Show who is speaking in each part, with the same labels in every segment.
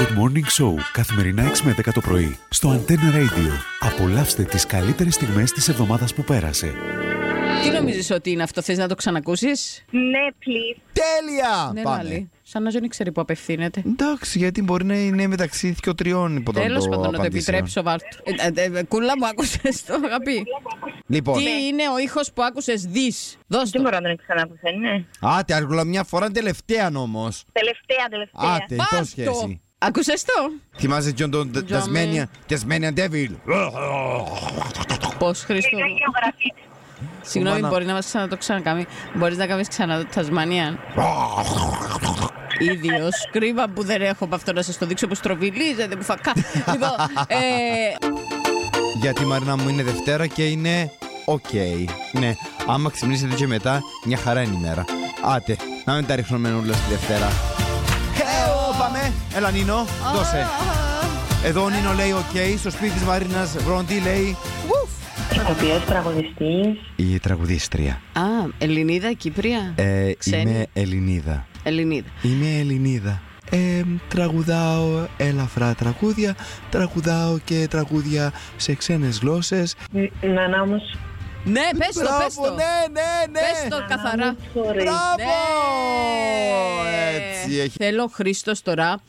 Speaker 1: Good Morning Show καθημερινά 6 με 10 το πρωί στο Antenna Radio. Απολαύστε τις καλύτερες στιγμές της εβδομάδας που πέρασε.
Speaker 2: Τι νομίζεις ότι είναι αυτό, θες να το ξανακούσεις.
Speaker 3: Ναι, please.
Speaker 4: Τέλεια!
Speaker 2: Ναι,
Speaker 4: Πάμε.
Speaker 2: πάλι. Σαν να δεν ξέρει που απευθύνεται.
Speaker 4: Εντάξει, γιατί μπορεί να είναι μεταξύ και τριών υποτών
Speaker 2: Τέλος
Speaker 4: το ναι.
Speaker 2: πάντων, να το
Speaker 4: απαντήσεων.
Speaker 2: επιτρέψω, Βάρτ. Ε, ε, ε, Κούλα μου, άκουσες το αγαπή.
Speaker 4: Λοιπόν,
Speaker 2: Τι είναι ο ήχος που άκουσες, δεις. Δώσ'
Speaker 3: Δεν
Speaker 2: το.
Speaker 3: μπορώ να τον ξαναπουθέν, ναι.
Speaker 4: άτε, αργούλα, μια φορά τελευταία όμω.
Speaker 3: Τελευταία, τελευταία.
Speaker 4: Άτε,
Speaker 2: Πάρ' το.
Speaker 4: υπόσχεση.
Speaker 2: Άκουσε το.
Speaker 4: Θυμάσαι και τον Τε- Tasmanian- Tasmanian Devil.
Speaker 2: Πώς, Χρήστο.
Speaker 3: Είναι γεωγραφή.
Speaker 2: Συγγνώμη,
Speaker 4: Μάνα.
Speaker 2: μπορεί να μας ξανα το ξανακάμει. Μπορείς να κάνεις ξανά το Τασμανία. Ίδιος. Κρίμα που δεν έχω από αυτό να σας το δείξω που στροβιλίζεται, που φακά. λοιπόν, ε,
Speaker 4: Γιατί Μαρίνα μου είναι Δευτέρα και είναι οκ. Ναι, άμα ξυπνήσετε και μετά, μια χαρά είναι η μέρα. Άτε, να μην τα ρίχνουμε όλα στη Δευτέρα. Χέο, πάμε. Έλα Νίνο, δώσε. Εδώ ο Νίνο λέει οκ, στο σπίτι της Μαρίνας Βροντή λέει
Speaker 3: Ηθοποιός, τραγουδιστής.
Speaker 4: Η τραγουδίστρια.
Speaker 2: Α, Ελληνίδα, Κύπρια.
Speaker 4: Ε,
Speaker 2: Ξένη.
Speaker 4: Είμαι Ελληνίδα.
Speaker 2: Ελληνίδα.
Speaker 4: Είμαι Ελληνίδα. Ε, τραγουδάω ελαφρά τραγούδια, τραγουδάω και τραγούδια σε ξένες γλώσσες.
Speaker 3: Νανά μου, σ-
Speaker 2: Ναι, πες το, πες
Speaker 4: Μπράβο,
Speaker 2: το.
Speaker 4: ναι, ναι, ναι.
Speaker 2: Πες το καθαρά.
Speaker 3: sorry.
Speaker 4: Μπράβο!
Speaker 2: Ναι.
Speaker 4: Έτσι έχει.
Speaker 2: Θέλω ο Χρήστος τώρα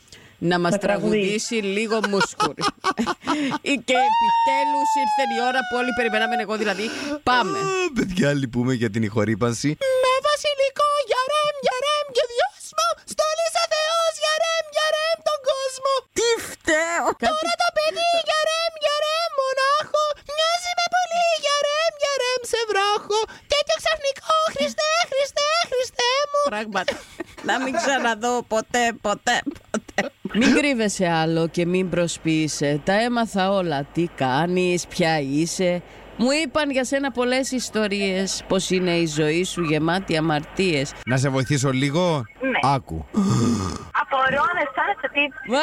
Speaker 2: να μας
Speaker 3: Να τραγουδήσει.
Speaker 2: τραγουδήσει λίγο μουσκουρι. και επιτέλους ήρθε η ώρα που όλοι περιμέναμε εγώ δηλαδή. Πάμε.
Speaker 4: Α, Παιδιά, λυπούμε για την ηχορύπανση.
Speaker 2: Με βασιλικό για ρεμ, για ρεμ και δυόσμο. Στόλισε Θεός για ρεμ, για ρεμ τον κόσμο. Τι φταίω. Τώρα το παιδί για ρεμ, για ρεμ μονάχο. Μοιάζει με πολύ για ρεμ, για ρεμ σε βράχο. Τέτοιο ξαφνικό Χριστέ, Ε, Χριστέ, Χριστέ μου. Πράγματι. Να μην ξαναδώ ποτέ, ποτέ, ποτέ. Μην κρύβεσαι άλλο και μην προσποιείσαι. Τα έμαθα όλα. Τι κάνεις, ποια είσαι. Μου είπαν για σένα πολλές ιστορίες Πως είναι η ζωή σου γεμάτη αμαρτίες
Speaker 4: Να σε βοηθήσω λίγο.
Speaker 3: Ναι.
Speaker 4: Άκου.
Speaker 3: Απορώ, αν αισθάνεσαι τι.
Speaker 2: Μα,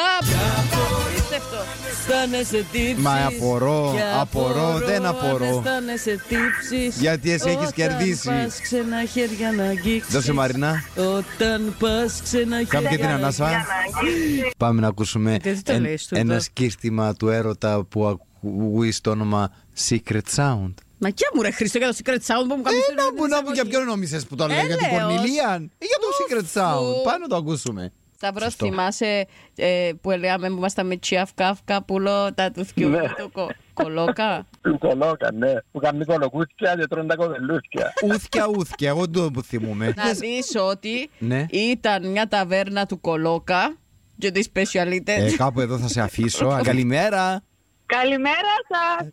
Speaker 2: απίστευτο Αισθάνεσαι τύψεις
Speaker 4: Μα απορώ,
Speaker 2: Και
Speaker 4: απορώ, δεν απορώ.
Speaker 2: αν Αισθάνεσαι τύψεις
Speaker 4: Γιατί εσύ έχεις
Speaker 2: Όταν
Speaker 4: κερδίσει.
Speaker 2: πας ξένα χέρια να αγγίξεις
Speaker 4: Δώσε Μαρινά.
Speaker 2: Όταν πας ξένα χέρια
Speaker 3: ναι,
Speaker 4: Κάμια την
Speaker 2: να
Speaker 4: ανάσα.
Speaker 3: Ανάγκη.
Speaker 4: Πάμε να ακούσουμε
Speaker 2: Δεν το λες τούτο.
Speaker 4: ένα σκίστημα του έρωτα που ακούει στο όνομα Secret Sound.
Speaker 2: Μα κιά μου ρε Χριστό για το secret sound που μου κάνεις
Speaker 4: Ένα που να μου για ποιον νόμισες που το
Speaker 2: Ε,
Speaker 4: έλεγα, για την
Speaker 2: λέω.
Speaker 4: Κορνιλίαν ή για το Secret Sound. Πάμε να το ακούσουμε.
Speaker 2: Σταυρός
Speaker 4: Σωστό.
Speaker 2: θυμάσαι ε, που έλεγαμε που ήμασταν με τσιαφ καφ καπούλο τα του θκιού
Speaker 5: Ναι.
Speaker 2: του κο- κολόκα
Speaker 5: Λουκολόκα, ναι. Που κάνουν κολοκούθια και τρώνε τα κοβελούθια.
Speaker 4: Ούθια, ούθια, εγώ δεν το θυμούμαι.
Speaker 2: Να δεις ότι
Speaker 4: Ναι.
Speaker 2: ήταν μια ταβέρνα του Κολόκα και της
Speaker 4: Ε,
Speaker 2: specialite.
Speaker 4: κάπου εδώ θα σε αφήσω. Καλημέρα.
Speaker 3: Καλημέρα σας.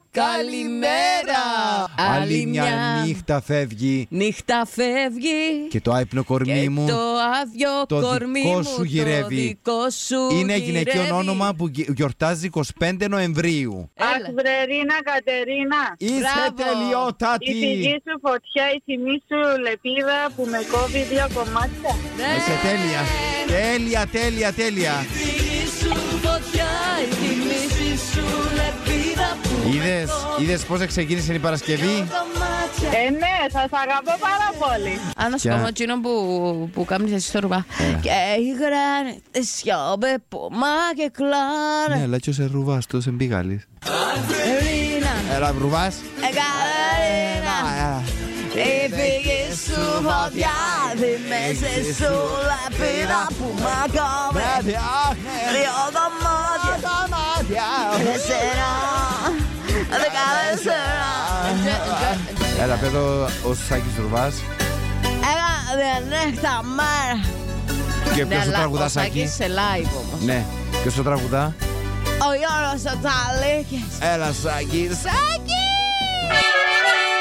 Speaker 2: Καλημέρα.
Speaker 4: Άλλη μια νύχτα φεύγει
Speaker 2: Νύχτα φεύγει
Speaker 4: και το άϊπνο κορμί
Speaker 2: και
Speaker 4: μου.
Speaker 2: το άδειο
Speaker 4: το
Speaker 2: κορμί
Speaker 4: δικό
Speaker 2: μου
Speaker 4: σου γυρεύει.
Speaker 2: το δικό σου
Speaker 4: Είναι
Speaker 2: γυρεύει.
Speaker 4: γυναικείο όνομα που γι- γιορτάζει 25 Νοεμβρίου.
Speaker 2: Έλα.
Speaker 3: Αχ, Βρερίνα Κατερίνα.
Speaker 4: Είσαι
Speaker 2: Μπράβο.
Speaker 3: Η
Speaker 4: τελειότατη.
Speaker 3: πηγή σου φωτιά, η τιμή σου λεπίδα που με κόβει δύο κομμάτια.
Speaker 2: Ναι.
Speaker 4: Είσαι Ε, τέλεια.
Speaker 2: Ε.
Speaker 4: Τέλεια, τέλεια, τέλεια.
Speaker 2: Φύγη σου φωτιά, η θύμηση σου λεπίδα που
Speaker 4: Είδες, είδες πώς ξεκίνησε η Παρασκευή.
Speaker 3: Ε, ναι, σας αγαπώ πάρα πολύ.
Speaker 2: Αν να σου
Speaker 4: Ποια?
Speaker 2: πω εκείνο που, που κάνεις εσύ στο ρουμπά.
Speaker 4: Ε.
Speaker 2: Και ήγραν σιώμπε που μα και κλάρε.
Speaker 4: Ναι, αλλά και ο Σερουβάς του εμπίγαλης.
Speaker 2: Ρίνα.
Speaker 4: Έλα, Ρουβάς.
Speaker 2: Εγκαλένα, η φυγή σου φωτιά, τη μέση σου λεπίδα που
Speaker 4: Ναι.
Speaker 2: μακόβει
Speaker 4: ε,
Speaker 2: δύο δωμάτια, τέσσερα, δεκατέσσερα.
Speaker 4: Έλα, παιδό, ο Σάκης Ρουβάς.
Speaker 2: Ένα διανύχτα μέρα.
Speaker 4: Και
Speaker 2: Ναι,
Speaker 4: ποιος το τραγουδά, Σάκη.
Speaker 2: σε live όμως.
Speaker 4: Ναι, ποιος το τραγουδά.
Speaker 2: Ο Γιώργος ο Τσαλίκης.
Speaker 4: Έλα, Σάκης.